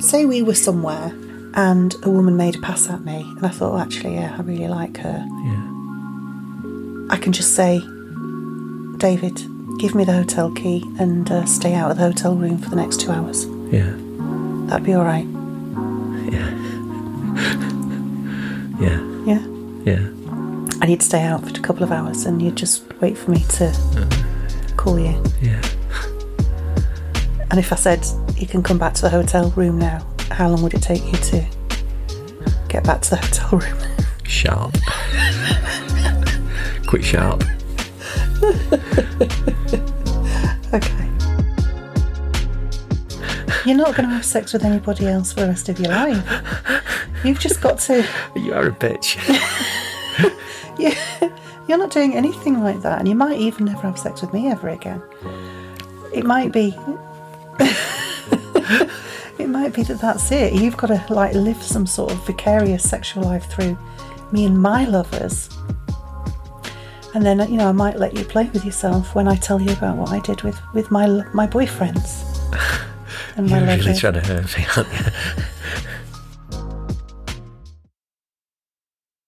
say we were somewhere and a woman made a pass at me, and I thought, well, actually, yeah, I really like her. Yeah. I can just say, David, give me the hotel key and uh, stay out of the hotel room for the next two hours. Yeah. That'd be all right. Yeah. Yeah. Yeah. And you'd stay out for a couple of hours and you'd just wait for me to call you. Yeah. And if I said, you can come back to the hotel room now, how long would it take you to get back to the hotel room? Sharp. Quick sharp. okay. You're not going to have sex with anybody else for the rest of your life. You've just got to. You are a bitch. you you're not doing anything like that, and you might even never have sex with me ever again. It might be. it might be that that's it. You've got to like live some sort of vicarious sexual life through me and my lovers. And then you know I might let you play with yourself when I tell you about what I did with with my my boyfriends and my You're really lovers. trying to hurt me, aren't you?